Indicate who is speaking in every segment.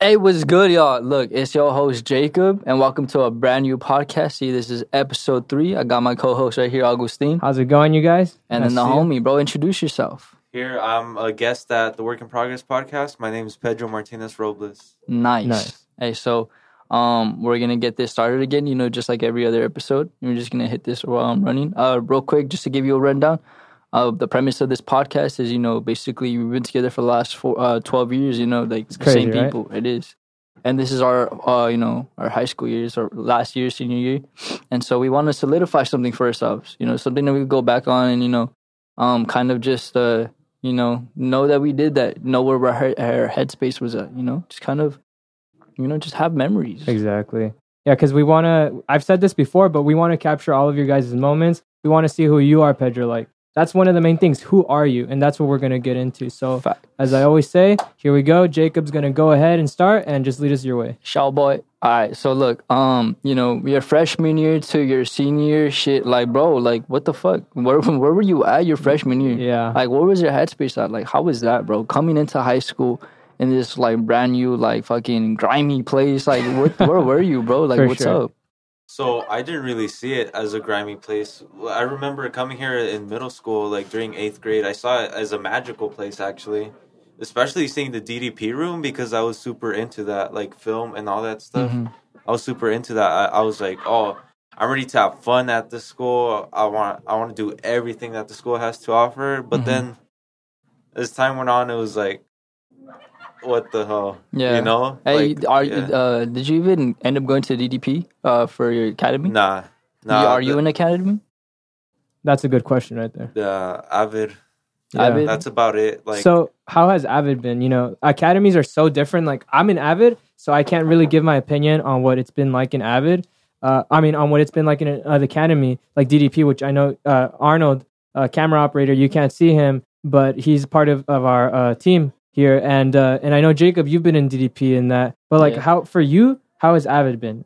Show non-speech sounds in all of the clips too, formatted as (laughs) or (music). Speaker 1: Hey, what's good, y'all? Look, it's your host Jacob, and welcome to a brand new podcast. See, this is episode three. I got my co-host right here, Augustine,
Speaker 2: How's it going, you guys?
Speaker 1: and
Speaker 2: Nice
Speaker 1: then the
Speaker 2: to see you.
Speaker 1: homie, bro. Introduce yourself.
Speaker 3: Here, I'm a guest at the Work in Progress podcast. My name is Pedro Martinez Robles.
Speaker 1: Nice.
Speaker 2: Nice.
Speaker 1: Hey, so um, we're gonna get this started again. You know, just like every other episode, we're just gonna hit this while I'm running. Uh, real quick, just to give you a rundown. Uh, the premise of this podcast is, you know, basically we've been together for the last four, uh, twelve years. You know, like the
Speaker 2: crazy,
Speaker 1: same
Speaker 2: right?
Speaker 1: people. It is, and this is our, uh, you know, our high school years or last year, senior year, and so we want to solidify something for ourselves. You know, something that we could go back on and you know, um, kind of just, uh, you know, know that we did that, know where our, he- our headspace was at. You know, just kind of you know, just have memories.
Speaker 2: Exactly. Yeah, because we want to. I've said this before, but we want to capture all of your guys' moments. We want to see who you are, Pedro. Like that's one of the main things. Who are you? And that's what we're gonna get into. So,
Speaker 1: Fact.
Speaker 2: as I always say, here we go. Jacob's gonna go ahead and start and just lead us your way.
Speaker 1: Shaw boy. All right, so look, um, you know, your freshman year to your senior year, shit, like, bro, like, what the fuck? Where (laughs) where were you at your freshman year?
Speaker 2: Yeah.
Speaker 1: Like, what was your headspace at? Like, how was that, bro? Coming into high school in this like brand new, like, fucking grimy place. Like, what, (laughs) where were you, bro? Like,
Speaker 2: For
Speaker 1: what's
Speaker 2: sure.
Speaker 1: up?
Speaker 3: So I didn't really see it as a grimy place. I remember coming here in middle school, like during eighth grade. I saw it as a magical place, actually, especially seeing the DDP room because I was super into that, like film and all that stuff.
Speaker 1: Mm-hmm.
Speaker 3: I was super into that. I, I was like, oh, I'm ready to have fun at this school. I want, I want to do everything that the school has to offer. But
Speaker 1: Mm-hmm.
Speaker 3: then, as time went on, it was like, what the hell?
Speaker 1: Yeah.
Speaker 3: you know.
Speaker 1: Hey,
Speaker 3: Like,
Speaker 1: are
Speaker 3: yeah.
Speaker 1: uh, did you even end up going to DDP uh for your academy?
Speaker 3: Nah, nah.
Speaker 1: You- are you
Speaker 3: the-
Speaker 1: in academy?
Speaker 2: That's a good question right there.
Speaker 3: the avid?
Speaker 2: Yeah.
Speaker 1: Avid?
Speaker 3: That's about it. Like
Speaker 2: so, how has Avid been? You know, academies are so different. Like I'm in Avid, so I can't really give my opinion on what it's been like in Avid. Uh, I mean, on what it's been like in an an academy, like DDP, which I know uh, Arnold, uh, camera operator, you can't see him, but he's part of, of our uh, team here. And uh, and I know Jacob, you've been in DDP in that, but like
Speaker 1: Yeah.
Speaker 2: how for you, how has Avid been?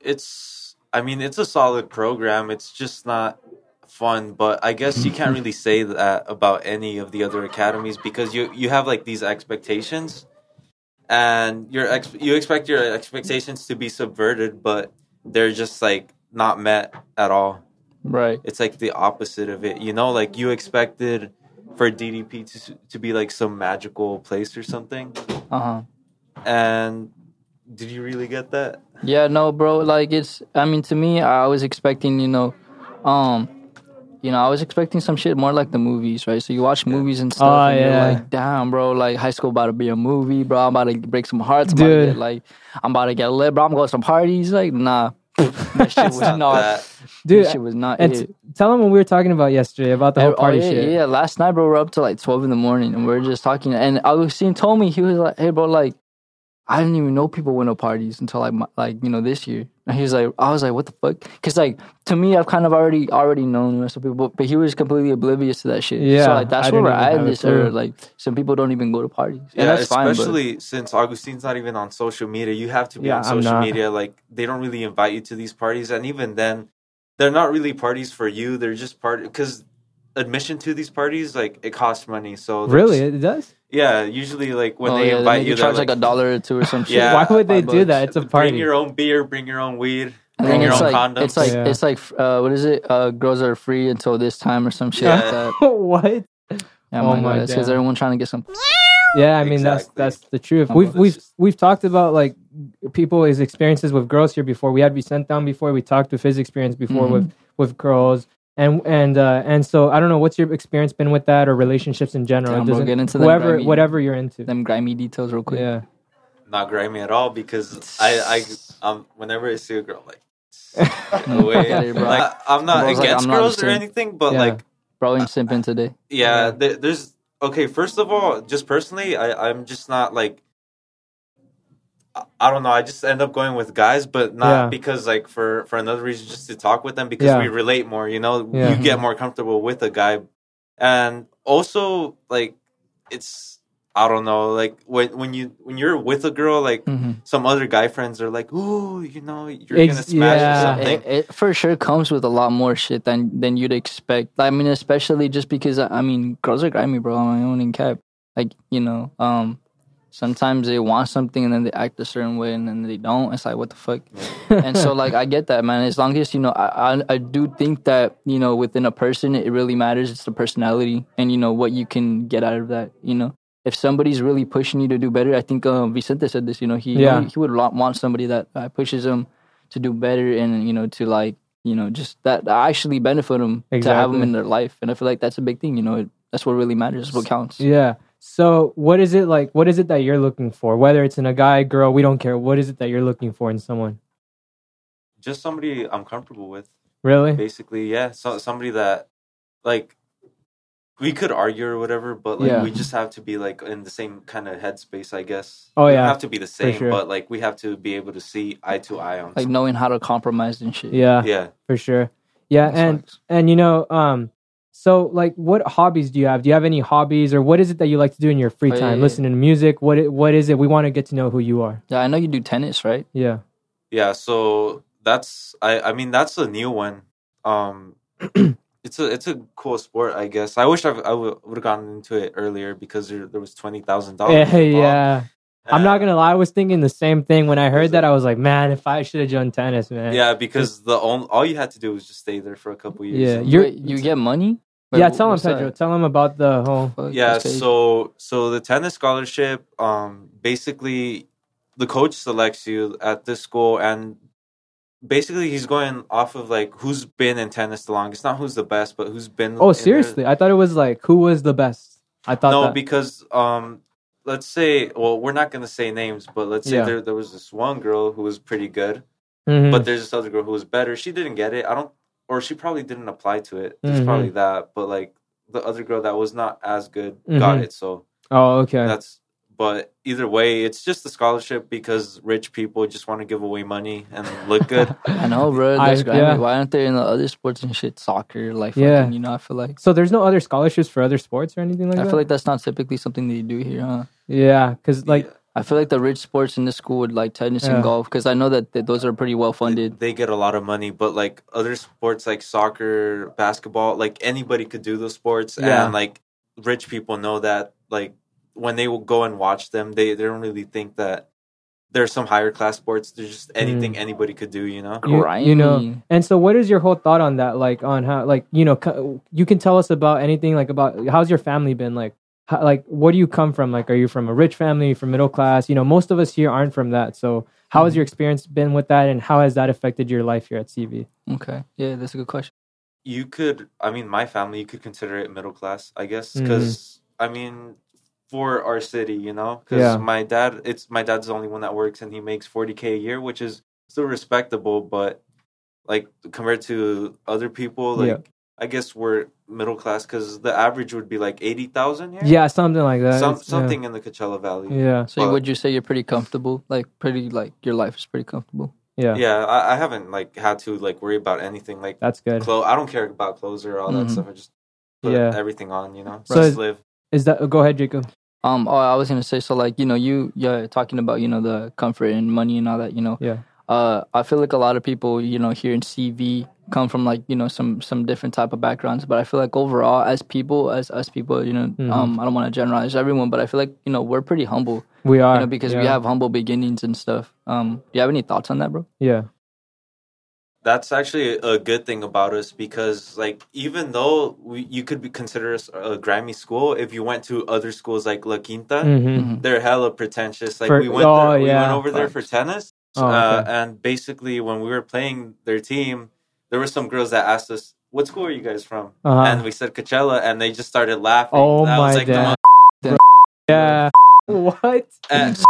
Speaker 3: it's. I mean, it's a solid program. It's just not fun, but I guess you can't really say that about any of the other academies because you you have like these expectations, and your ex you expect your expectations to be subverted, but they're just like not met at all.
Speaker 1: Right.
Speaker 3: it's like the opposite of it you know like you expected for ddp to, to be like some magical place or something
Speaker 1: Uh huh.
Speaker 3: and did you really get that
Speaker 1: Yeah, no, bro. Like it's. I mean, to me, I was expecting, you know, um, you know, I was expecting some shit more like the movies, right? So you watch movies and stuff,
Speaker 2: Oh,
Speaker 1: and
Speaker 2: yeah.
Speaker 1: you're like, damn, bro, like high school about to be a movie, bro. I'm about to break some hearts, I'm About to
Speaker 2: Dude.
Speaker 1: get, like I'm about to get lit, bro. I'm going to some parties, like
Speaker 3: (laughs)
Speaker 1: nah. that shit was
Speaker 3: Not
Speaker 1: not.
Speaker 3: that.
Speaker 2: Dude,
Speaker 1: that shit was not
Speaker 2: and
Speaker 1: it.
Speaker 2: t- tell him what we were talking about yesterday about the whole
Speaker 1: Oh,
Speaker 2: party
Speaker 1: yeah,
Speaker 2: shit.
Speaker 1: Yeah, last night, bro, we are up to like 12 in the morning and we are just talking. And Augustine told me, he was like, hey, bro, like, I didn't even know people went to parties until like, my, like you know, this year. And he was like, I was like, what the fuck? Because, like, to me, I've kind of already already known the rest of people, but, but he was completely oblivious to that shit. So,
Speaker 2: Yeah,
Speaker 1: like, that's
Speaker 2: I
Speaker 1: where
Speaker 2: didn't
Speaker 1: we're
Speaker 2: even
Speaker 1: at in
Speaker 2: have a
Speaker 1: this era.
Speaker 2: clue.
Speaker 1: Like, some people don't even go to parties.
Speaker 3: yeah,
Speaker 1: and that's fine. But,
Speaker 3: especially since Augustine's not even on social media. You have to be
Speaker 2: Yeah,
Speaker 3: on
Speaker 2: I'm
Speaker 3: social
Speaker 2: not.
Speaker 3: media. Like they don't really invite you to these parties, and even then, they're not really parties for you. They're just part because admission to these parties like it costs money. So they're
Speaker 2: Really,
Speaker 3: just-
Speaker 2: it does. (laughs)
Speaker 3: yeah. Usually, like when
Speaker 1: Oh,
Speaker 3: they
Speaker 1: yeah,
Speaker 3: invite
Speaker 1: make
Speaker 3: you, they're
Speaker 1: charge like, a dollar or two or some shit.
Speaker 3: Yeah,
Speaker 2: Why would they
Speaker 1: five
Speaker 2: do
Speaker 1: bucks.
Speaker 2: that? It's a party.
Speaker 3: Bring your own beer. Bring your own weed.
Speaker 1: I
Speaker 3: Bring
Speaker 1: think
Speaker 3: your
Speaker 1: it's
Speaker 3: own
Speaker 1: like,
Speaker 3: condoms.
Speaker 1: it's like,
Speaker 2: Yeah.
Speaker 1: it's like, uh, what is it? Uh, girls are free until this time or some shit like
Speaker 3: Yeah.
Speaker 1: that.
Speaker 2: what?
Speaker 1: Yeah,
Speaker 2: Oh
Speaker 1: my
Speaker 2: my
Speaker 1: God. It's because
Speaker 2: God.
Speaker 1: everyone trying to get some.
Speaker 2: Yeah, I mean
Speaker 3: Exactly.
Speaker 2: that's that's the truth.
Speaker 1: Oh,
Speaker 2: We've
Speaker 1: that's
Speaker 2: we've
Speaker 3: just-
Speaker 2: we've talked about like people's experiences with girls here before. We had Vicente down before. We talked with his experience before with with girls, and and uh, and so I don't know what's your experience been with that or relationships in general.
Speaker 1: Damn,
Speaker 2: it
Speaker 1: bro,
Speaker 2: doesn't
Speaker 1: get into them
Speaker 2: whoever
Speaker 1: grimy-
Speaker 2: whatever you're into.
Speaker 1: Them grimy details, real quick.
Speaker 2: yeah,
Speaker 3: not grimy at all because I I um whenever I see a girl like no way
Speaker 1: Get it, bro.
Speaker 3: like, I'm not
Speaker 1: Bro's like,
Speaker 3: against
Speaker 1: I'm not
Speaker 3: girls or
Speaker 1: understand.
Speaker 3: anything but
Speaker 2: Yeah.
Speaker 3: like
Speaker 1: Bro, I'm simping today.
Speaker 3: yeah,
Speaker 2: Yeah.
Speaker 3: There, there's okay first of all just personally I I'm just not like I- I don't know. I just end up going with guys, but not
Speaker 2: Yeah.
Speaker 3: because like for for another reason, just to talk with them because
Speaker 2: Yeah.
Speaker 3: we relate more. You know,
Speaker 2: Yeah.
Speaker 3: you get more comfortable with a guy, and also like it's I don't know. Like when when you when you're with a girl, like
Speaker 2: Mm-hmm.
Speaker 1: Mhm.
Speaker 3: some other guy friends are like, "Ooh, you know, you're
Speaker 2: Ex-
Speaker 3: gonna smash
Speaker 2: yeah.
Speaker 3: or
Speaker 1: It,
Speaker 3: something."
Speaker 1: it for sure comes with a lot more shit than than you'd expect. I mean, especially just because I mean, girls are grimy, bro. I don't even cap. Like you know, um, sometimes they want something and then they act a certain way and then they don't. It's like what the
Speaker 2: (laughs)
Speaker 1: fuck. and so like I get that, man. As long as you know, I, I I do think that you know within a person it really matters. It's the personality and you know what you can get out of that. You know, if somebody's really pushing you to do better, I think uh, Vicente said this. You know, he
Speaker 2: Yeah.
Speaker 1: he would lo- want somebody that uh, pushes him to do better and you know to like you know just that actually benefit them to have
Speaker 2: Exactly.
Speaker 1: them in their life. And I feel like that's a big thing. You know, it, that's what really matters. That's what counts.
Speaker 2: Yeah. So what is it like? What is it that you're looking for? Whether it's in a guy, girl, we don't care. What is it that you're looking for in someone?
Speaker 3: Just somebody I'm comfortable with.
Speaker 2: Really?
Speaker 3: basically yeah so, somebody that like we could argue or whatever but like
Speaker 1: Yeah.
Speaker 3: we just have to be like in the same kind of headspace i guess
Speaker 2: Oh,
Speaker 3: we don't
Speaker 2: yeah,
Speaker 3: have to be the same
Speaker 2: sure.
Speaker 3: but like we have to be able to see eye to eye on
Speaker 1: Like knowing how to compromise and shit.
Speaker 2: Yeah,
Speaker 3: some- yeah
Speaker 2: for sure. Yeah,
Speaker 1: That's
Speaker 2: and
Speaker 1: facts.
Speaker 2: and you know, um, so like, what hobbies do you have? Do you have any hobbies, or what is it that you like to do in your free
Speaker 1: Oh, yeah,
Speaker 2: time?
Speaker 1: yeah,
Speaker 2: Listening to music. What i- what is it? We want to get to know who you are.
Speaker 1: Yeah, I know you do tennis, right?
Speaker 2: Yeah.
Speaker 3: yeah so that's i i mean that's a new one
Speaker 2: (clears throat)
Speaker 3: um it's a it's a cool sport i guess i wish I've, i would have gotten into it earlier because there, there was $20000
Speaker 1: Oh,
Speaker 2: Yeah, (laughs)
Speaker 3: involved.
Speaker 2: Eh, yeah. I'm not
Speaker 3: And-
Speaker 2: gonna lie. I was thinking the same thing when I
Speaker 3: Was
Speaker 2: heard that.
Speaker 3: it-
Speaker 2: I was like, man, if I should have done tennis, man.
Speaker 3: yeah because the only all you had to do was just stay there for a couple years
Speaker 2: Yeah,
Speaker 1: you
Speaker 2: You're-
Speaker 1: you get money.
Speaker 2: Yeah.
Speaker 1: Wait,
Speaker 2: Tell him,
Speaker 1: what's that?
Speaker 2: Pedro. Tell him about the whole.
Speaker 1: Fuck,
Speaker 3: yeah
Speaker 1: that's crazy.
Speaker 3: so so the tennis scholarship um basically the coach selects you at this school and basically he's going off of like who's been in tennis the longest not who's the best but who's been in
Speaker 2: Oh,
Speaker 3: there-
Speaker 2: seriously? I thought it was like who was the best. I thought
Speaker 3: no
Speaker 2: that.
Speaker 3: because um let's say well we're not going to say names but let's say
Speaker 2: Yeah.
Speaker 3: there, there was this one girl who was pretty good
Speaker 2: Mhm.
Speaker 3: but there's this other girl who was better she didn't get it i don't or she probably didn't apply to it there's
Speaker 2: Mhm.
Speaker 3: probably that but like the other girl that was not as good got
Speaker 2: Mhm.
Speaker 3: it so
Speaker 2: oh, okay.
Speaker 3: that's but either way it's just a scholarship because rich people just want to give away money and look good
Speaker 1: I know, bro.
Speaker 2: (laughs) I-
Speaker 1: That's grimy.
Speaker 2: yeah.
Speaker 1: Why aren't they in the other sports and shit? Soccer, like, fucking,
Speaker 2: Yeah.
Speaker 1: you know, I feel like.
Speaker 2: So there's no other scholarships for other sports or anything like
Speaker 1: I
Speaker 2: that.
Speaker 1: feel like that's not typically something they do here, huh?
Speaker 2: yeah, because like
Speaker 1: I feel like the rich sports in the school would like tennis
Speaker 2: Yeah.
Speaker 1: and golf because I know that th- those are pretty well
Speaker 3: they,
Speaker 1: funded.
Speaker 3: they get a lot of money but like other sports like soccer basketball like anybody could do those sports
Speaker 2: Yeah.
Speaker 3: and like rich people know that like when they will go and watch them they, they don't really think that there's some higher class sports there's just anything anybody could do you know
Speaker 2: you,
Speaker 1: Grimy.
Speaker 2: you know. And so, what is your whole thought on that? Like on how, like you know, co- you can tell us about anything. Like about how's your family been? Like, how, like where do you come from? Like, are you from a rich family? From middle class? You know, most of us here aren't from that. So, how
Speaker 3: Mm-hmm.
Speaker 2: has your experience been with that, and how has that affected your life here at CV?
Speaker 1: Okay. Yeah, that's a good question.
Speaker 3: you could i mean my family you could consider it middle class i guess
Speaker 2: Mhm.
Speaker 3: because i mean for our city you know because
Speaker 2: Yeah.
Speaker 3: my dad it's my dad's the only one that works and he makes 40k a year which is still respectable but like compared to other people like
Speaker 2: Yeah.
Speaker 3: i guess we're middle class because the average would be like 80000 here
Speaker 2: Yeah, something like that.
Speaker 3: Some,
Speaker 2: It's- yeah.
Speaker 3: something in the coachella valley
Speaker 2: Yeah,
Speaker 1: So,
Speaker 3: Well-
Speaker 1: would you say you're pretty comfortable? Like, pretty, like, your life is pretty comfortable?
Speaker 2: yeah,
Speaker 3: yeah, I, I haven't like had to like worry about anything like
Speaker 2: That's good.
Speaker 3: clothes i don't care about clothes or all
Speaker 1: Mhm.
Speaker 3: that stuff i just put
Speaker 2: Mm-hmm. Yeah.
Speaker 3: everything on you know
Speaker 2: So
Speaker 3: just
Speaker 2: is-
Speaker 3: live
Speaker 2: Is that? Go ahead, Jacob.
Speaker 1: Um, oh, I was gonna say, so like you know, you you're talking about you know the comfort and money and all that, you know.
Speaker 2: Yeah.
Speaker 1: Uh, I feel like a lot of people you know here in CV come from like you know some some different type of backgrounds, but I feel like overall as people, as us people, you know,
Speaker 2: Mhm.
Speaker 1: um, I don't want to generalize everyone, but I feel like you know we're pretty humble,
Speaker 2: We are
Speaker 1: you know, because we
Speaker 2: yeah,
Speaker 1: have humble beginnings and stuff. Um, do you have any thoughts on that, bro?
Speaker 2: yeah,
Speaker 3: that's actually a good thing about us because like even though we, you could be consider us a Grammy school if you went to other schools like La Quinta
Speaker 2: Mhm.
Speaker 1: Mm-hmm.
Speaker 3: they're hella pretentious like
Speaker 2: For-
Speaker 3: we went
Speaker 2: oh,
Speaker 3: there, we
Speaker 2: yeah.
Speaker 3: went over there for tennis
Speaker 2: Oh,
Speaker 3: uh,
Speaker 2: okay.
Speaker 3: and basically when we were playing their team there were some girls that asked us what school are you guys from
Speaker 2: Uh-huh.
Speaker 3: and we said Coachella and they just started laughing
Speaker 2: Oh
Speaker 3: that
Speaker 2: my
Speaker 3: was like the
Speaker 2: God.
Speaker 3: most-
Speaker 2: yeah. (laughs) What?
Speaker 1: Eh,
Speaker 3: and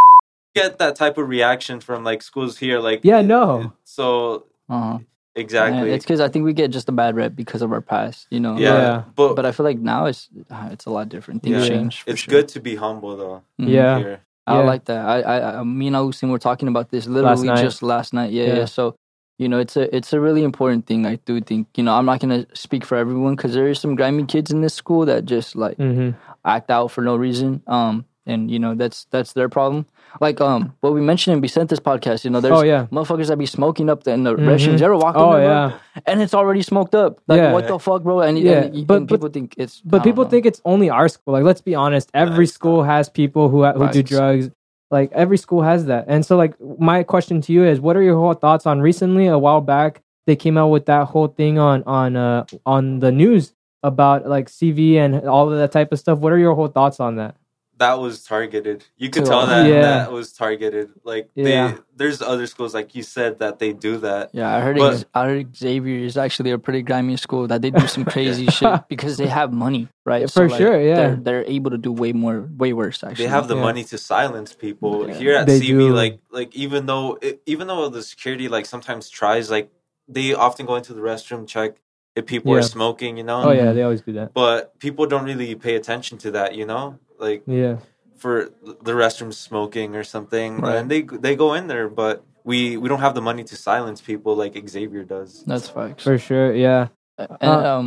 Speaker 3: get that type of reaction from like schools here like
Speaker 2: Yeah, no.
Speaker 3: so
Speaker 1: Uh-huh.
Speaker 3: exactly
Speaker 1: Yeah, it's because I think we get just a bad rep because of our past, you know.
Speaker 3: yeah,
Speaker 2: Yeah.
Speaker 3: but,
Speaker 1: But I feel like now it's uh, it's a lot different. Things
Speaker 3: Yeah.
Speaker 1: change. for
Speaker 3: it's
Speaker 1: sure.
Speaker 3: good to be humble though
Speaker 1: Mhm.
Speaker 2: Yeah.
Speaker 3: here.
Speaker 1: I
Speaker 2: Yeah.
Speaker 1: like that. I, I, I, me and Augustine were talking about this literally
Speaker 2: night.
Speaker 1: just last night. Yeah, yeah,
Speaker 2: Yeah.
Speaker 1: So, you know, it's a, it's a really important thing. I do think, you know, I'm not gonna speak for everyone because there is some grimy kids in this school that just like
Speaker 2: Mm-hmm.
Speaker 1: act out for no reason. Um, and you know that's that's their problem. Like um, what we mentioned in Vicente's podcast, you know, there's
Speaker 2: Oh, yeah.
Speaker 1: motherfuckers that be smoking up the, in the restaurants. They're walking,
Speaker 2: Oh,
Speaker 1: there, bro,
Speaker 2: yeah.
Speaker 1: and it's already smoked up. Like
Speaker 2: Yeah.
Speaker 1: what the fuck, bro? And,
Speaker 2: Yeah,
Speaker 1: and,
Speaker 2: but-
Speaker 1: and
Speaker 2: but-
Speaker 1: people think it's I
Speaker 2: But
Speaker 1: don't
Speaker 2: people
Speaker 1: know.
Speaker 2: think it's only our school. Like, let's be honest. Every school has people who who do
Speaker 1: Right.
Speaker 2: drugs. Like every school has that. And so, like, my question to you is, what are your whole thoughts on recently? A while back, they came out with that whole thing on on uh, on the news about like CV and all of that type of stuff. What are your whole thoughts on that?
Speaker 3: that was targeted. You could
Speaker 1: To
Speaker 3: tell
Speaker 1: us.
Speaker 3: that
Speaker 2: Yeah.
Speaker 3: that was targeted. Like
Speaker 2: Yeah.
Speaker 3: they, there's other schools like you said that they do that.
Speaker 1: Yeah, I heard.
Speaker 3: But-
Speaker 1: ex- I heard Xavier is actually a pretty grimy school that they do some
Speaker 2: (laughs)
Speaker 1: crazy shit because they have money, right?
Speaker 2: Yeah, for sure, yeah.
Speaker 1: they're, they're able to do way more, way worse. Actually,
Speaker 3: They have the
Speaker 2: Yeah.
Speaker 3: money to silence people here at
Speaker 2: They
Speaker 3: CB.
Speaker 2: do.
Speaker 3: Like like even though it, even though the security like sometimes tries like they often go into the restroom check if people are
Speaker 2: Yeah.
Speaker 3: smoking. You know.
Speaker 2: Oh yeah, they always do that.
Speaker 3: But people don't really pay attention to that. You know, like
Speaker 2: Yeah,
Speaker 3: for the restroom smoking or something,
Speaker 1: Right.
Speaker 3: and they they go in there, but. We, we don't have the money to silence people like Xavier does.
Speaker 1: that's facts.
Speaker 2: for sure. Yeah.
Speaker 1: and
Speaker 2: uh,
Speaker 1: um,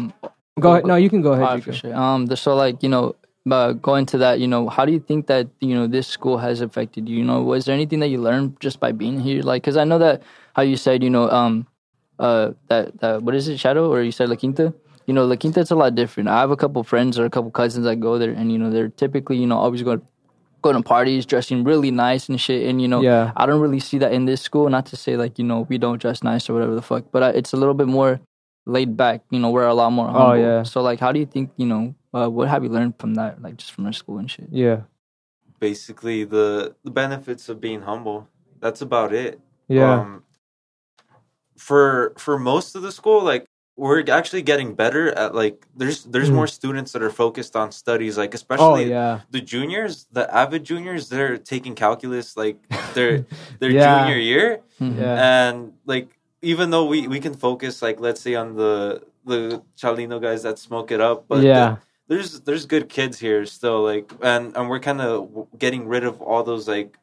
Speaker 2: Go ahead. No, you can go ahead.
Speaker 1: I
Speaker 2: Jacob.
Speaker 1: appreciate. Um, the- so like you know, uh, going to that, you know, how do you think that you know this school has affected you? You know, was there anything that you learned just by being here? Like, because I know that how you said, you know, um, uh, that that what is it, Shadow, or you said La Quinta? You know, La Quinta it's a lot different. I have a couple friends or a couple cousins that go there, and you know, they're typically you know always going going to parties, dressing really nice and shit, and you know,
Speaker 2: Yeah.
Speaker 1: I don't really see that in this school. Not to say like you know we don't dress nice or whatever the fuck, but I, it's a little bit more laid back. You know, we're a lot more humble.
Speaker 2: Oh, yeah.
Speaker 1: So like, how do you think you know? Uh, what have you learned from that? Like just from our school and shit.
Speaker 2: Yeah.
Speaker 3: basically the the benefits of being humble. That's about it.
Speaker 2: Yeah.
Speaker 3: Um, for for most of the school, like we're actually getting better at like there's there's
Speaker 2: Mm.
Speaker 3: more students that are focused on studies, like
Speaker 2: oh
Speaker 3: especially
Speaker 2: yeah.
Speaker 3: the juniors, the avid juniors, they're taking calculus like
Speaker 2: (laughs)
Speaker 3: their their
Speaker 2: Yeah.
Speaker 3: junior year,
Speaker 2: Yeah.
Speaker 3: and like even though we we can focus like let's say on the the Chalino guys that smoke it up, but
Speaker 2: yeah.
Speaker 3: there's there's good kids here still like and and we're kind of getting rid of all those like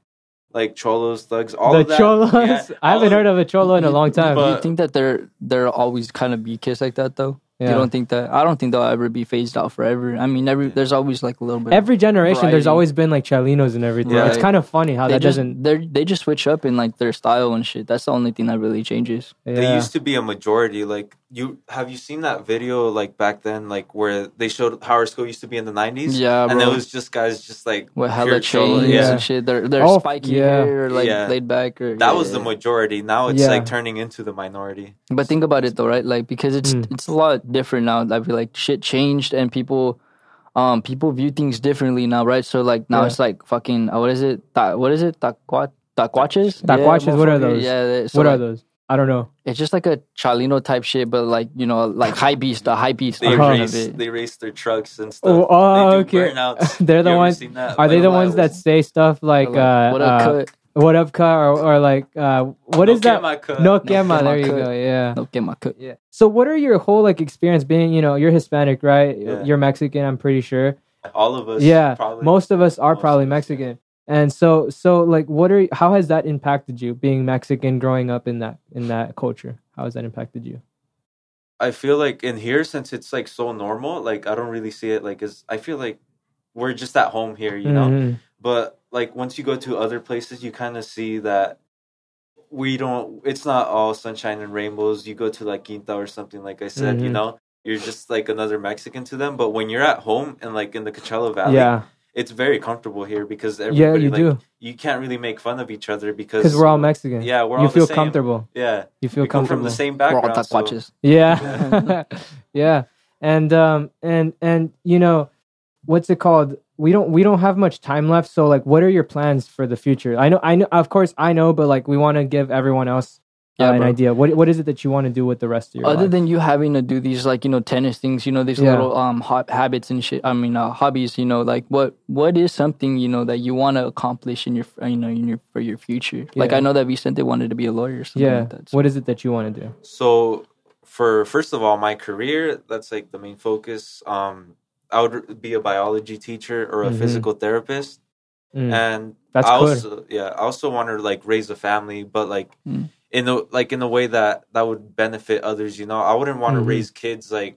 Speaker 3: like cholos thugs all
Speaker 2: the
Speaker 3: of that,
Speaker 2: cholos.
Speaker 3: yeah,
Speaker 2: (laughs) I
Speaker 3: all
Speaker 2: haven't heard of a cholo
Speaker 3: (laughs)
Speaker 2: in a long time.
Speaker 1: Do
Speaker 3: But-
Speaker 1: you think that they're they're always kind of be kids like that though?
Speaker 2: Yeah.
Speaker 1: You don't think that? I don't think they'll ever be phased out forever. I mean, every there's always like a little bit. of-
Speaker 2: Every generation,
Speaker 1: variety.
Speaker 2: there's always been like chalinos and everything.
Speaker 3: Right.
Speaker 2: It's kind of funny how
Speaker 1: they
Speaker 2: that
Speaker 1: just,
Speaker 2: doesn't.
Speaker 1: They they just switch up in like their style and shit. That's the only thing that really changes.
Speaker 3: They
Speaker 2: Yeah.
Speaker 3: used to be a majority. Like you, have you seen that video like back then, like where they showed how our school used to be in the nineties?
Speaker 1: Yeah,
Speaker 3: and
Speaker 1: bro.
Speaker 3: it was just guys just like
Speaker 1: With
Speaker 3: pure
Speaker 1: hella
Speaker 3: cholo.
Speaker 1: chains
Speaker 3: Yeah,
Speaker 1: and shit. They're they're
Speaker 2: Oh,
Speaker 1: spiky
Speaker 2: yeah.
Speaker 1: hair or like
Speaker 3: Yeah.
Speaker 1: laid back or
Speaker 3: that was
Speaker 1: yeah.
Speaker 3: the majority. Now it's
Speaker 2: Yeah.
Speaker 3: like turning into the minority.
Speaker 1: But think about it though, right? Like because it's
Speaker 2: Mm.
Speaker 1: it's a lot different now. I feel like shit changed and people um people view things differently now, right? So like now
Speaker 2: Yeah.
Speaker 1: it's like fucking uh, what is it? Ta- what is it? Taquat Taquaches?
Speaker 2: Taquaches, what are
Speaker 1: motherfucker.
Speaker 2: those?
Speaker 1: Yeah, they- so
Speaker 2: what
Speaker 1: like,
Speaker 2: are those? I don't know. (laughs)
Speaker 1: It's just like a Chalino type shit, but like you know, like high beast, the high beast
Speaker 3: They
Speaker 1: version
Speaker 3: erase,
Speaker 1: of it.
Speaker 3: they erase their trucks and stuff.
Speaker 2: Oh, oh,
Speaker 3: They do
Speaker 2: okay. (laughs)
Speaker 3: burnouts.
Speaker 2: They're the
Speaker 3: You ever
Speaker 2: ones-
Speaker 3: seen that?
Speaker 2: Are they
Speaker 3: Like,
Speaker 2: the
Speaker 3: I
Speaker 2: ones
Speaker 3: was-
Speaker 2: that say stuff like, uh,
Speaker 1: what up,
Speaker 2: uh,
Speaker 1: cut?
Speaker 2: "What up, cut?" or, or like, uh, "What
Speaker 3: No
Speaker 2: is that?"
Speaker 3: quema, cut.
Speaker 2: No
Speaker 1: No
Speaker 2: quema.
Speaker 1: quema,
Speaker 2: There you
Speaker 1: cut.
Speaker 2: go. Yeah.
Speaker 1: No, get my cut.
Speaker 2: Yeah. So, what are your whole like experience being? You know, you're Hispanic, right?
Speaker 3: Yeah.
Speaker 2: You're Mexican. I'm pretty sure.
Speaker 3: All of us.
Speaker 2: yeah
Speaker 3: probably.
Speaker 2: most of us are
Speaker 3: Most
Speaker 2: probably
Speaker 3: of us, yeah.
Speaker 2: mexican and so so like what are how has that impacted you being mexican growing up in that in that culture how has that impacted you
Speaker 3: I feel like in here since it's like so normal, like I don't really see it like as I feel like we're just at home here, you know.
Speaker 2: Mhm.
Speaker 3: But like once you go to other places, you kind of see that we don't. It's not all sunshine and rainbows. You go to like Quinta or something, like I said, you
Speaker 2: Mhm.
Speaker 3: know. You're just like another Mexican to them, but when you're at home and like in the Coachella Valley,
Speaker 2: yeah
Speaker 3: it's very comfortable here because
Speaker 2: yeah
Speaker 3: everybody
Speaker 2: you
Speaker 3: like
Speaker 2: do
Speaker 3: you can't really make fun of each other because
Speaker 2: because we're all mexican
Speaker 3: Yeah, we're
Speaker 2: you
Speaker 3: all the
Speaker 2: feel
Speaker 3: same.
Speaker 2: comfortable
Speaker 3: Yeah,
Speaker 2: you feel
Speaker 3: we come from
Speaker 2: comfortable
Speaker 3: the same
Speaker 1: We're all
Speaker 3: background. so-
Speaker 1: taquaches.
Speaker 3: (laughs)
Speaker 2: yeah (laughs) yeah and um and and you know what's it called we don't we don't have much time left so like what are your plans for the future i know i know of course i know but like we want to give everyone else uh,
Speaker 1: Yeah,
Speaker 2: an
Speaker 1: bro.
Speaker 2: idea what what is it that you want to do with the rest of your
Speaker 1: Other
Speaker 2: life?
Speaker 1: than you having to do these like you know tennis things, you know these
Speaker 2: Yeah.
Speaker 1: little um ho- habits and shit. I mean uh, hobbies. You know like what what is something you know that you want to accomplish in your uh, you know in your for your future. Like
Speaker 2: Yeah.
Speaker 1: I know that Vicente wanted to be a lawyer. Or something
Speaker 2: yeah
Speaker 1: Like that. So-
Speaker 2: what is it that you want to do
Speaker 3: so for first of all my career that's like the main focus um i would be a biology teacher or a
Speaker 2: Mhm.
Speaker 3: physical therapist
Speaker 2: Mm,
Speaker 3: and
Speaker 2: that's
Speaker 3: i
Speaker 2: good
Speaker 3: also yeah i also want to like raise a family but like
Speaker 1: Mm.
Speaker 3: in the like in a way that that would benefit others you know i wouldn't want
Speaker 2: Mhm.
Speaker 3: to raise kids like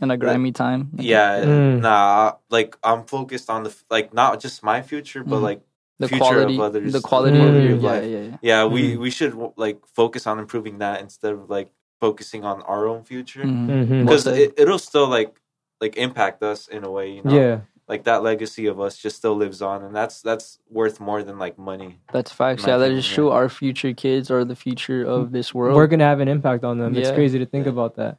Speaker 1: in a grimy time.
Speaker 3: Yeah,
Speaker 2: Mm.
Speaker 3: nah. Like I'm focused on the f- like not just my future, but
Speaker 1: Mhm.
Speaker 2: Mm-hmm.
Speaker 3: like
Speaker 1: the
Speaker 3: future
Speaker 1: quality,
Speaker 3: of others,
Speaker 1: the quality
Speaker 2: Mm.
Speaker 1: of your
Speaker 3: of
Speaker 1: yeah,
Speaker 3: life.
Speaker 1: yeah, yeah.
Speaker 3: Yeah,
Speaker 2: Mm-hmm.
Speaker 3: we we should like focus on improving that instead of like focusing on our own future
Speaker 1: Mhm.
Speaker 2: Mhm.
Speaker 3: because
Speaker 1: Well said.
Speaker 3: it, it'll still like like impact us in a way. You know,
Speaker 2: Yeah.
Speaker 3: like that legacy of us just still lives on, and that's that's worth more than like money.
Speaker 1: Mm-hmm. That's facts.
Speaker 3: My
Speaker 1: Yeah, that
Speaker 3: opinion,
Speaker 1: is
Speaker 3: yeah.
Speaker 1: true. Our future kids are the future of this world.
Speaker 2: Mm. we're gonna have an impact on them. It's
Speaker 1: Yeah.
Speaker 2: crazy to think about that.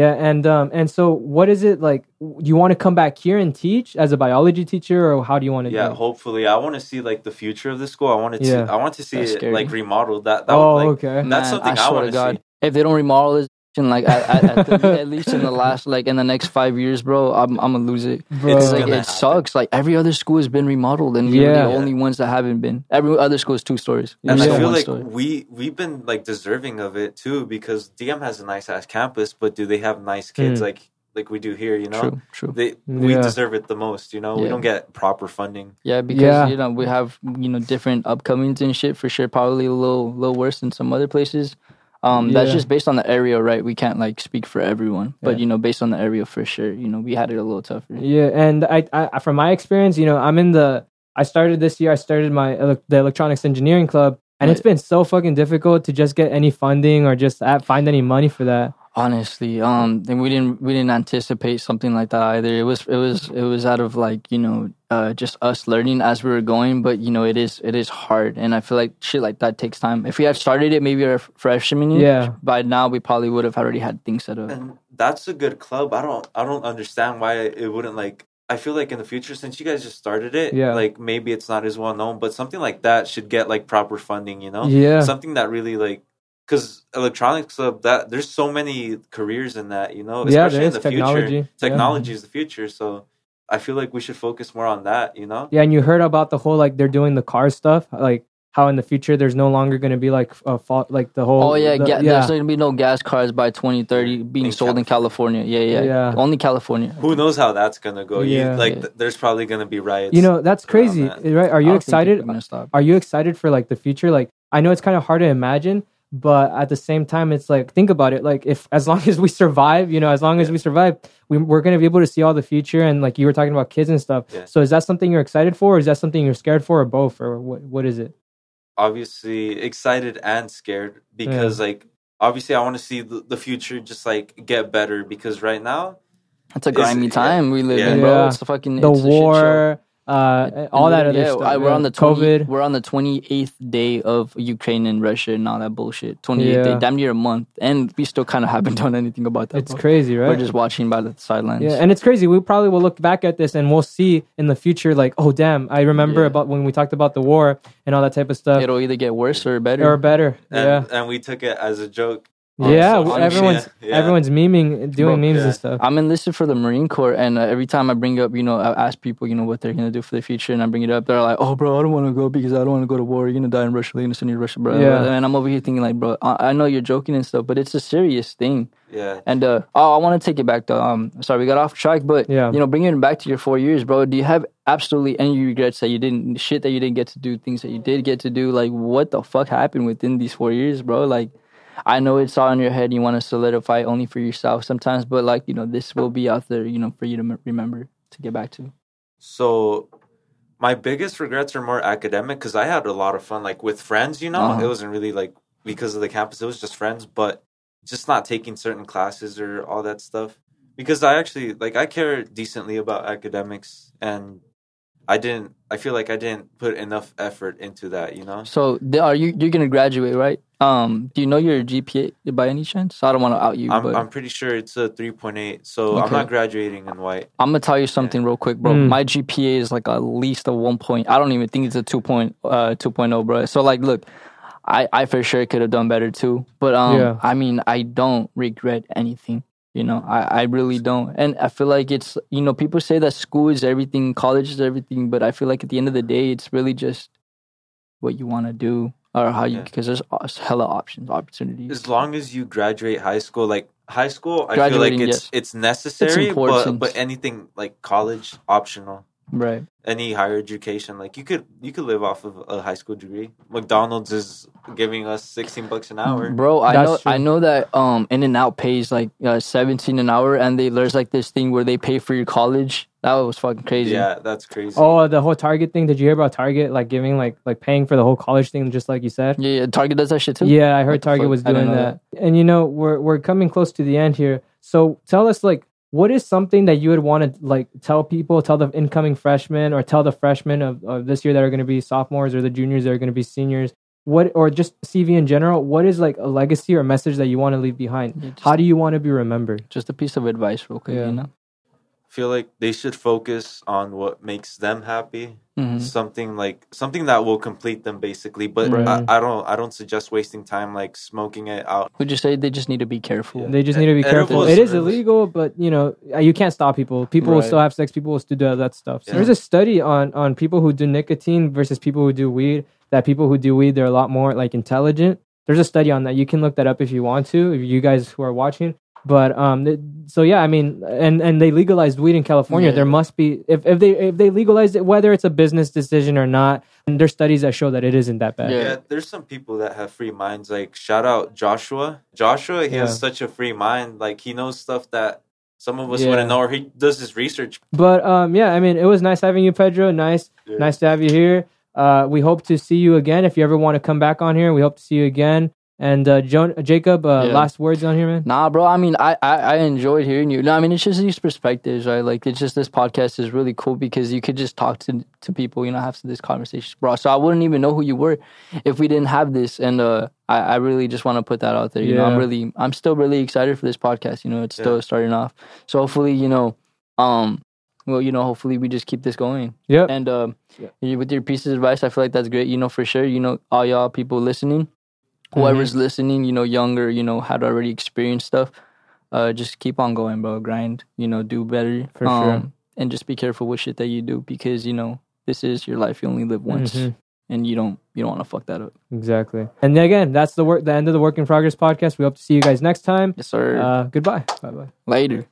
Speaker 2: Yeah, and um, and so what is it like? w- You want to come back here and teach as a biology teacher, or how do you want to?
Speaker 3: Yeah,
Speaker 2: do it?
Speaker 3: hopefully, I want to see like the future of the school. I want to,
Speaker 2: Yeah.
Speaker 3: I want to see
Speaker 1: That's
Speaker 3: it
Speaker 1: scary.
Speaker 3: like remodeled. That that
Speaker 2: oh,
Speaker 3: would, like,
Speaker 2: okay.
Speaker 3: that's something I
Speaker 1: swear
Speaker 3: wanna see.
Speaker 1: If they don't remodel this, and like at, at, at, the- at least
Speaker 2: (laughs)
Speaker 1: in the last like in the next five years, bro, I'm I'm gonna lose it.
Speaker 2: Bro.
Speaker 1: It's like it
Speaker 3: gonna happen.
Speaker 1: sucks. Like every other school has been remodeled, and we're
Speaker 2: Uh, Yeah.
Speaker 1: the only ones that haven't been. Every other school is two stories.
Speaker 2: And
Speaker 3: And
Speaker 1: It's
Speaker 2: Yeah.
Speaker 3: I
Speaker 1: still
Speaker 3: feel
Speaker 1: one
Speaker 3: like
Speaker 1: story.
Speaker 3: we we've been like deserving of it too because DM has a nice ass campus, but do they have nice kids
Speaker 2: Mm.
Speaker 3: like like we do here? You know,
Speaker 1: true, true.
Speaker 3: they we
Speaker 2: Yeah.
Speaker 3: deserve it the most. You know, we
Speaker 1: Yeah.
Speaker 3: don't get proper funding.
Speaker 1: Yeah, because
Speaker 2: Yeah.
Speaker 1: you know we have you know different upcomings and shit for sure. Probably a little little worse than some other places. Um, that's
Speaker 2: Yeah.
Speaker 1: just based on the area, right? We can't like speak for everyone, but
Speaker 2: Yeah.
Speaker 1: you know, based on the area for sure. You know, we had it a little tougher.
Speaker 2: Yeah, and I, I, from my experience, you know, I'm in the. I started this year. I started my ele- the electronics engineering club, and it's
Speaker 1: Right.
Speaker 2: been so fucking difficult to just get any funding or just at, find any money for that.
Speaker 1: Honestly, um, and we didn't we didn't anticipate something like that either. It was it was it was out of like you know uh, just us learning as we were going, but you know it is it is hard, and I feel like shit like that takes time. If we had started it maybe our freshman year,
Speaker 2: Yeah.
Speaker 1: by now we probably would have already had things set up.
Speaker 3: And that's a good club. I don't I don't understand why it wouldn't like. I feel like in the future, since you guys just started it,
Speaker 2: Yeah.
Speaker 3: like maybe it's not as well known, but something like that should get like proper funding. You know,
Speaker 2: Yeah.
Speaker 3: something that really like because electronics club that there's so many careers in that. You know,
Speaker 2: yeah,
Speaker 3: especially
Speaker 2: there
Speaker 3: in
Speaker 2: is
Speaker 3: the
Speaker 2: technology.
Speaker 3: future.
Speaker 2: Yeah.
Speaker 3: technology is the future so i feel like we should focus more on that you know
Speaker 2: Yeah, and you heard about the whole like they're doing the car stuff, like how in the future there's no longer going to be like a fault, like the whole.
Speaker 1: Oh yeah,
Speaker 2: the,
Speaker 1: ga- there's going to be no gas cars by 2030 being
Speaker 3: In
Speaker 1: sold in California. Yeah, yeah,
Speaker 2: Yeah.
Speaker 1: only California.
Speaker 3: who knows how that's gonna go You-
Speaker 2: Yeah.
Speaker 3: like th- there's probably gonna be riots
Speaker 2: you know that's
Speaker 3: around
Speaker 2: crazy, eh,
Speaker 3: that.
Speaker 2: right? Are
Speaker 1: I
Speaker 2: you
Speaker 1: don't think people
Speaker 2: excited?
Speaker 1: are gonna stop.
Speaker 2: Are you excited for like the future? Like I know it's kind of hard to imagine, but at the same time, it's like think about it. Like if as (laughs) long as we survive, you know, as long as we survive, we, we're going to be able to see all the future. And like you were talking about kids and stuff.
Speaker 3: Yeah.
Speaker 2: So is that something you're excited for, or is that something you're scared for, or both, or what? What is it?
Speaker 3: obviously excited and scared because like obviously i want to see the, the future just like get better because right now
Speaker 1: It's a
Speaker 3: It's-
Speaker 1: grimy
Speaker 3: yeah.
Speaker 1: time we live in,
Speaker 2: Yeah.
Speaker 1: bro.
Speaker 2: Yeah.
Speaker 1: It's the fucking
Speaker 2: the
Speaker 1: it's a shit show.
Speaker 2: war, uh, all that other
Speaker 1: yeah,
Speaker 2: stuff.
Speaker 1: I- we're
Speaker 2: yeah.
Speaker 1: on the 20,
Speaker 2: COVID.
Speaker 1: We're on the 28th day of Ukraine and Russia and all that bullshit. 28th
Speaker 2: Yeah.
Speaker 1: day, damn near a month, and we still kind of haven't (laughs) done anything about that.
Speaker 2: It's
Speaker 1: bro.
Speaker 2: crazy, right?
Speaker 1: We're just watching by the sidelines.
Speaker 2: yeah, and it's crazy. We probably will look back at this and we'll see in the future, like, oh damn, I remember
Speaker 1: Yeah.
Speaker 2: about when we talked about the war and all that type of stuff,
Speaker 1: It'll either get worse or better.
Speaker 2: uh, or better.
Speaker 3: and, and we took it as a joke
Speaker 2: yeah,
Speaker 3: on
Speaker 2: yeah.
Speaker 3: social
Speaker 2: everyone's
Speaker 3: media. (laughs) Yeah.
Speaker 2: everyone's memeing,
Speaker 1: Bro,
Speaker 2: doing memes
Speaker 3: yeah.
Speaker 2: and stuff.
Speaker 1: I'm enlisted for the Marine Corps, and uh, every time I bring up, you know, I ask people, you know, what they're gonna do for their future, and I bring it up, they're like, "Oh, bro, I don't want to go because I don't want to go to war. You're gonna die in Russia. You're gonna send you to Russia, bro."
Speaker 2: Yeah.
Speaker 1: And I'm over here thinking, like, bro, I, I know you're joking and stuff, but it's a serious thing.
Speaker 3: yeah
Speaker 1: And uh, oh, I want to take it back though. Um, sorry, we got off track, but
Speaker 2: Yeah.
Speaker 1: you know, bringing it back to your four years, bro. Do you have absolutely any regrets that you didn't shit that you didn't get to do, things that you did get to do? Like, what the fuck happened within these four years, bro? Like, I know it's all in your head. You want to solidify only for yourself sometimes, but like, you know, this will be out there, you know, for you to m- remember to get back to.
Speaker 3: So my biggest regrets are more academic because I had a lot of fun, like with friends. You know,
Speaker 1: Uh-huh.
Speaker 3: it wasn't really like because of the campus; it was just friends. But just not taking certain classes or all that stuff because I actually like I care decently about academics, and I didn't. I feel like I didn't put enough effort into that. You know,
Speaker 1: So, th- are you you're gonna graduate, right? Um, do you know your GPA by any chance? I don't want to out you,
Speaker 3: I'm
Speaker 1: but
Speaker 3: I'm pretty sure it's a three point eight, so I'm
Speaker 1: Okay.
Speaker 3: not graduating in white.
Speaker 1: I'm gonna tell you something real quick, bro.
Speaker 2: Mm.
Speaker 1: My GPA is like at least a one point. I don't even think it's a two point uh two bro. So like look, I I for sure could have done better too. But um
Speaker 2: Yeah.
Speaker 1: I mean I don't regret anything. You know, I, I really don't. And I feel like it's you know, people say that school is everything, college is everything, but I feel like at the end of the day it's really just what you wanna do or how you
Speaker 3: Yeah.
Speaker 1: because there's o- hella options, opportunities.
Speaker 3: As long as you graduate high school, like high school, I feel like
Speaker 1: Graduating,
Speaker 3: it's
Speaker 1: yes.
Speaker 3: it's necessary, but
Speaker 1: important.
Speaker 3: but anything like college optional.
Speaker 1: right.
Speaker 3: any higher education like you could you could live off of a high school degree mcdonald's is giving us 16 bucks an hour.
Speaker 1: Bro, I
Speaker 2: That's
Speaker 1: know
Speaker 2: true.
Speaker 1: I know that um In and Out pays like uh, seventeen an hour, and they there's like this thing where they pay for your college. That was fucking crazy.
Speaker 3: Yeah, that's crazy.
Speaker 2: Oh, the whole Target thing. Did you hear about Target like giving like like paying for the whole college thing, just like you said?
Speaker 1: yeah, yeah, Target does that shit too.
Speaker 2: Yeah, I
Speaker 1: What
Speaker 2: heard
Speaker 1: the
Speaker 2: Target
Speaker 1: fuck?
Speaker 2: was
Speaker 1: I didn't
Speaker 2: doing
Speaker 1: know
Speaker 2: that. And you know, we're we're coming close to the end here. So tell us like what is something that you would want to like tell people, tell the incoming freshmen or tell the freshmen of, of this year that are going to be sophomores or the juniors that are going to be seniors? What or just CV in general, what is like a legacy or message that you want to leave behind?
Speaker 1: Yeah, just,
Speaker 2: How do you want to be remembered?
Speaker 1: just a piece of advice, real quick.
Speaker 2: Yeah.
Speaker 1: You know,
Speaker 3: feel like they should focus on what makes them happy
Speaker 1: Mhm.
Speaker 3: something like something that will complete them basically but
Speaker 2: Right.
Speaker 3: I, I don't i don't suggest wasting time like smoking it out
Speaker 1: would you say they just need to be careful?
Speaker 3: Yeah.
Speaker 2: They just need to be
Speaker 3: Edibles
Speaker 2: careful. It is
Speaker 3: are-
Speaker 2: illegal, but you know uh, you can't stop people. People will
Speaker 1: Right.
Speaker 2: still have sex. People will still do that stuff. So
Speaker 3: Yeah.
Speaker 2: There's a study on on people who do nicotine versus people who do weed. That people who do weed they're a lot more like intelligent. There's a study on that. You can look that up if you want to. If you guys who are watching. But um, th- so yeah, I mean, and and they legalized weed in California.
Speaker 1: Yeah.
Speaker 2: There must be if if they if they legalized it, whether it's a business decision or not. And there's studies that show that it isn't that bad.
Speaker 1: Yeah.
Speaker 3: yeah. there's some people that have free minds like shout out joshua joshua he
Speaker 2: Yeah.
Speaker 3: has such a free mind like he knows stuff that some of us
Speaker 2: Yeah.
Speaker 3: wouldn't know or he does his research
Speaker 2: But um, yeah, I mean, it was nice having you, Pedro. Nice,
Speaker 3: Yeah.
Speaker 2: nice to have you here. Uh, we hope to see you again. If you ever want to come back on here, we hope to see you again. And uh, jo- Jacob, uh,
Speaker 1: Yeah.
Speaker 2: last words on here, man.
Speaker 1: Nah, bro. I mean, I, I I enjoyed hearing you. No, I mean, it's just these perspectives, right? Like, it's just this podcast is really cool because you could just talk to to people, you know, have these conversations, bro. So I wouldn't even know who you were if we didn't have this. And uh, I I really just want to put that out there. You know, I'm
Speaker 2: Yeah.
Speaker 1: really I'm still really excited for this podcast. You know, it's
Speaker 3: Yeah.
Speaker 1: still starting off. So hopefully, you know, um, well, you know, hopefully we just keep this going.
Speaker 2: Yep.
Speaker 1: And um, you- with your pieces of advice, I feel like that's great. You know, for sure. You know, all y'all people listening, whoever's
Speaker 2: Mm-hmm.
Speaker 1: listening, you know, younger, you know, had already experienced stuff. Uh, just keep on going, bro. Grind. You know, do better um,
Speaker 2: For sure.
Speaker 1: And just be careful with shit that you do because you know this is your life. You only live once,
Speaker 2: Mhm.
Speaker 1: and you don't you don't want to fuck that up.
Speaker 2: Exactly. And again, that's the work. The end of the Work in Progress podcast. We hope to see you guys next time.
Speaker 1: Yes, sir.
Speaker 2: Uh, goodbye. Bye bye.
Speaker 1: Later.